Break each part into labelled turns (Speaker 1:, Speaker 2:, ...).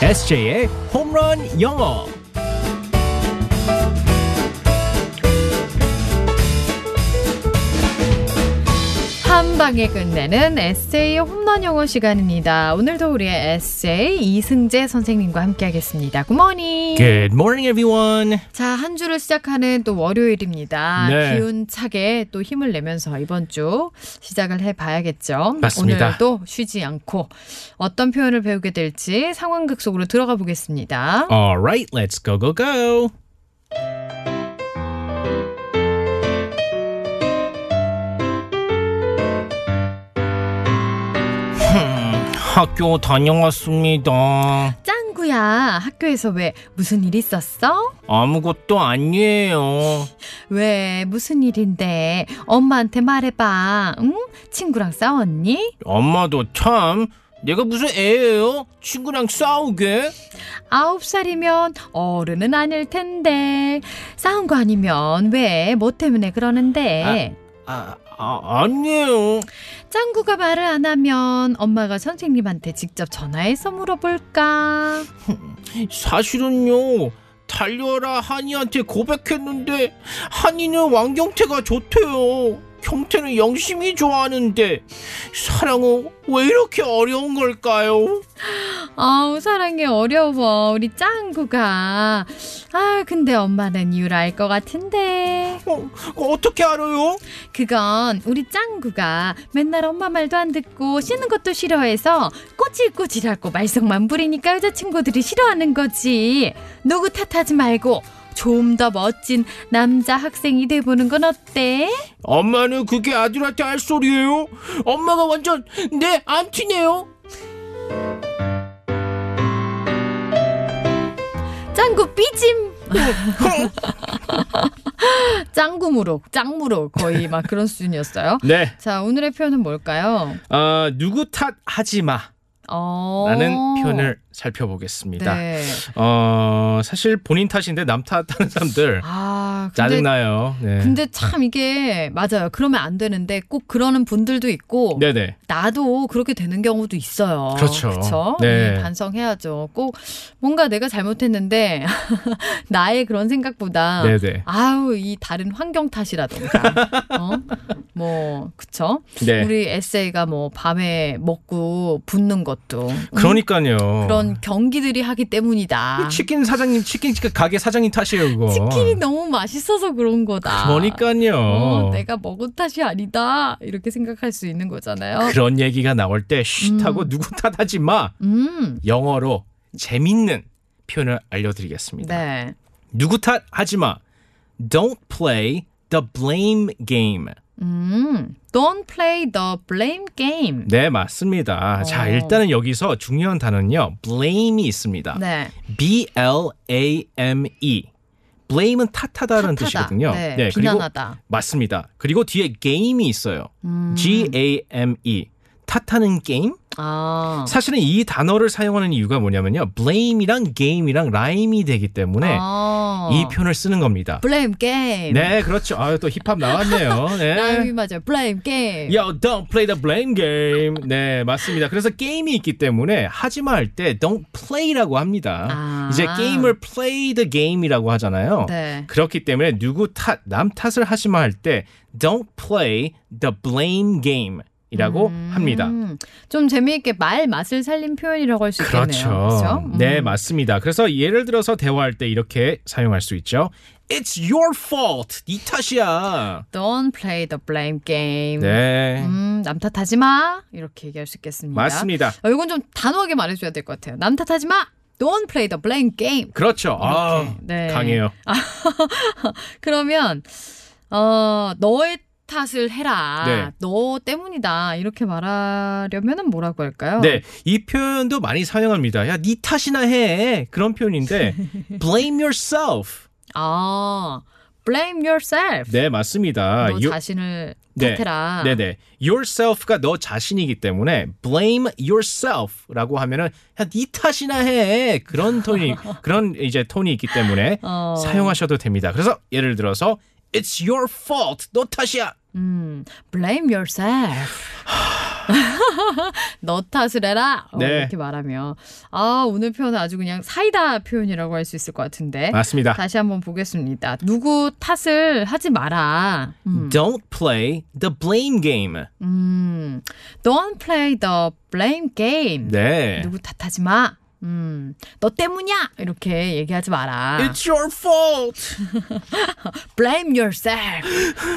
Speaker 1: SJ의 홈런 영어.
Speaker 2: 한 방에 끝내는 에세이의 홈런 영어 시간입니다. 오늘도 우리의 에세이 이승재 선생님과 함께하겠습니다. 굿모닝.
Speaker 1: Good morning, everyone.
Speaker 2: 자, 한 주를 시작하는 또 월요일입니다.
Speaker 1: 네.
Speaker 2: 기운차게 또 힘을 내면서 이번 주 시작을 해봐야겠죠.
Speaker 1: 맞습니다.
Speaker 2: 오늘도 쉬지 않고 어떤 표현을 배우게 될지 상황극 속으로 들어가 보겠습니다.
Speaker 1: All right, let's go, go, go. 학교 다녀왔습니다.
Speaker 2: 짱구야, 학교에서 왜 무슨 일 있었어?
Speaker 1: 아무것도 아니에요.
Speaker 2: 왜 무슨 일인데 엄마한테 말해봐. 응? 친구랑 싸웠니?
Speaker 1: 엄마도 참. 내가 무슨 애예요? 친구랑 싸우게?
Speaker 2: 아홉 살이면 어른은 아닐 텐데 싸운 거 아니면 왜 뭐 때문에 그러는데
Speaker 1: 아, 아 아니에요.
Speaker 2: 짱구가 말을 안 하면 엄마가 선생님한테 직접 전화해서 물어볼까?
Speaker 1: 사실은요 달려라 한이한테 고백했는데 한이는 왕경태가 좋대요 경태는 영심이 좋아하는데 사랑은 왜 이렇게 어려운 걸까요?
Speaker 2: 아우 사랑해 어려워 우리 짱구가 아 근데 엄마는 이유를 알 것 같은데
Speaker 1: 어, 어떻게 알아요?
Speaker 2: 그건 우리 짱구가 맨날 엄마 말도 안 듣고 씻는 것도 싫어해서 꼬질꼬질하고 말썽만 부리니까 여자친구들이 싫어하는 거지. 누구 탓하지 말고 좀 더 멋진 남자 학생이 돼보는 건 어때?
Speaker 1: 엄마는 그게 아들한테 할 소리예요? 엄마가 완전 내 안티네요
Speaker 2: 짱구 삐짐! 짱구무록, 짱무록 거의 막 그런 수준이었어요.
Speaker 1: 네
Speaker 2: 자, 오늘의 표현은 뭘까요?
Speaker 1: 어, 누구 탓하지 마
Speaker 2: 어...
Speaker 1: 라는 표현을 살펴보겠습니다
Speaker 2: 네.
Speaker 1: 어, 사실 본인 탓인데 남 탓하는 사람들
Speaker 2: 아, 근데
Speaker 1: 짜증나요. 네.
Speaker 2: 근데 참 이게 맞아요. 그러면 안 되는데 꼭 그러는 분들도 있고
Speaker 1: 네네.
Speaker 2: 나도 그렇게 되는 경우도 있어요.
Speaker 1: 그렇죠.
Speaker 2: 그렇죠.
Speaker 1: 네.
Speaker 2: 네, 반성해야죠. 꼭 뭔가 내가 잘못했는데 나의 그런 생각보다
Speaker 1: 네네.
Speaker 2: 아우 이 다른 환경 탓이라던가 어? 뭐 그쵸
Speaker 1: 네.
Speaker 2: 우리 에세이가 뭐 밤에 먹고 붓는 것도
Speaker 1: 어.
Speaker 2: 음,
Speaker 1: 그러니까요.
Speaker 2: 그런 경기들이 하기 때문이다.
Speaker 1: 치킨 사장님, 치킨 가게 사장님 탓이에요, 그거.
Speaker 2: 치킨이 너무 맛있어서 그런 거다.
Speaker 1: 그러니까요.
Speaker 2: 어, 내가 먹은 탓이 아니다 이렇게 생각할 수 있는 거잖아요.
Speaker 1: 그런 얘기가 나올 때
Speaker 2: 어. 음.
Speaker 1: 쉿하고 누구 탓하지 마.
Speaker 2: 음,
Speaker 1: 영어로 재밌는 표현을 알려드리겠습니다.
Speaker 2: 네.
Speaker 1: 누구 탓하지 마. Don't play the blame game.
Speaker 2: 음, don't play the blame game.
Speaker 1: 네, 맞습니다. 자,
Speaker 2: 어.
Speaker 1: 일단은 여기서 중요한 단어는요. blame이 있습니다.
Speaker 2: 네.
Speaker 1: B L A M E. blame은 탓하다라는
Speaker 2: 탓하다.
Speaker 1: 뜻이거든요.
Speaker 2: 네,
Speaker 1: 그리고
Speaker 2: 비난하다.
Speaker 1: 맞습니다. 그리고 뒤에 게임이 있어요.
Speaker 2: 음,
Speaker 1: G A M E. 탓하는 게임?
Speaker 2: 아,
Speaker 1: 사실은 이 단어를 사용하는 이유가 뭐냐면요. blame이랑 game이랑 라임이 되기 때문에
Speaker 2: 아.
Speaker 1: 이 표현을 쓰는 겁니다.
Speaker 2: blame game.
Speaker 1: 네, 그렇죠. 아, 또 힙합 나왔네요.
Speaker 2: 라임이
Speaker 1: 네.
Speaker 2: 맞아요. blame game.
Speaker 1: Yo, don't play the blame game. 네, 맞습니다. 그래서 게임이 있기 때문에 하지마 할 때 don't play라고 합니다.
Speaker 2: 아.
Speaker 1: 이제 게임을 play the game이라고 하잖아요.
Speaker 2: 네.
Speaker 1: 그렇기 때문에 누구 탓, 남 탓을 하지마 할 때 don't play the blame game이라고
Speaker 2: 음,
Speaker 1: 합니다.
Speaker 2: 좀 재미있게 말 맛을 살린 표현이라고 할 수 있겠네요.
Speaker 1: 그렇죠.
Speaker 2: 그렇죠?
Speaker 1: 네,
Speaker 2: 음.
Speaker 1: 맞습니다. 그래서 예를 들어서 대화할 때 이렇게 사용할 수 있죠. It's your fault. 네 탓이야.
Speaker 2: Don't play the blame game.
Speaker 1: 네.
Speaker 2: 음, 남 탓하지 마. 이렇게 얘기할 수 있겠습니다.
Speaker 1: 맞습니다.
Speaker 2: 어, 이건 좀 단호하게 말해줘야 될 것 같아요. 남 탓하지 마. Don't play the blame game.
Speaker 1: 그렇죠. 아,
Speaker 2: 이렇게. 네.
Speaker 1: 강해요.
Speaker 2: 그러면 어 너의 탓을 해라.
Speaker 1: 네.
Speaker 2: 너 때문이다. 이렇게 말하려면은 뭐라고 할까요?
Speaker 1: 네, 이 표현도 많이 사용합니다. 야, 네 탓이나 해. 그런 표현인데 blame yourself.
Speaker 2: 아 blame yourself.
Speaker 1: 네, 맞습니다.
Speaker 2: 너
Speaker 1: You-
Speaker 2: 자신을
Speaker 1: 네.
Speaker 2: 탓해라.
Speaker 1: 네네. yourself가 너 자신이기 때문에 blame yourself라고 하면은 야, 네 탓이나 해. 그런 톤이 그런 이제 톤이 있기 때문에
Speaker 2: 어,
Speaker 1: 사용하셔도 됩니다. 그래서 예를 들어서 it's your fault. 너 탓이야.
Speaker 2: 음, blame yourself. 너 탓을 해라. 어,
Speaker 1: 네.
Speaker 2: 이렇게 말하며 아 오늘 표현은 아주 그냥 사이다 표현이라고 할 수 있을 것 같은데
Speaker 1: 맞습니다.
Speaker 2: 다시 한번 보겠습니다. 누구 탓을 하지 마라. 음.
Speaker 1: Don't play the blame game.
Speaker 2: 음, don't play the blame game.
Speaker 1: 네.
Speaker 2: 누구 탓하지 마. 음, 너 때문이야. 이렇게 얘기하지 마라.
Speaker 1: It's your fault.
Speaker 2: blame yourself.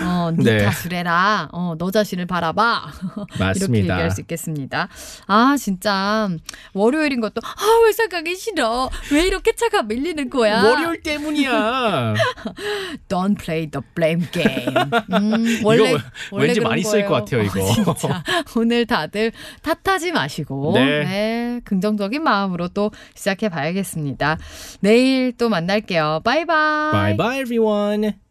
Speaker 2: 어,
Speaker 1: 네.
Speaker 2: 네, 탓을 해라. 어, 너 자신을 바라봐. 이렇게
Speaker 1: 맞습니다.
Speaker 2: 얘기할 수 있겠습니다. 아, 진짜 월요일인 것도 아, 회사 가기 싫어. 왜 이렇게 차가 밀리는 거야?
Speaker 1: 월요일 때문이야.
Speaker 2: Don't play the blame game. 음, 원래
Speaker 1: 이거
Speaker 2: 원래
Speaker 1: 왠지
Speaker 2: 그런
Speaker 1: 많이 쓰일 것 같아요,
Speaker 2: 거예요.
Speaker 1: 이거.
Speaker 2: 어, 진짜 오늘 다들 탓하지 마시고
Speaker 1: 네.
Speaker 2: 네. 긍정적인 마음으로 또 시작해 봐야겠습니다. 내일 또 만날게요. 바이바이.
Speaker 1: bye bye everyone.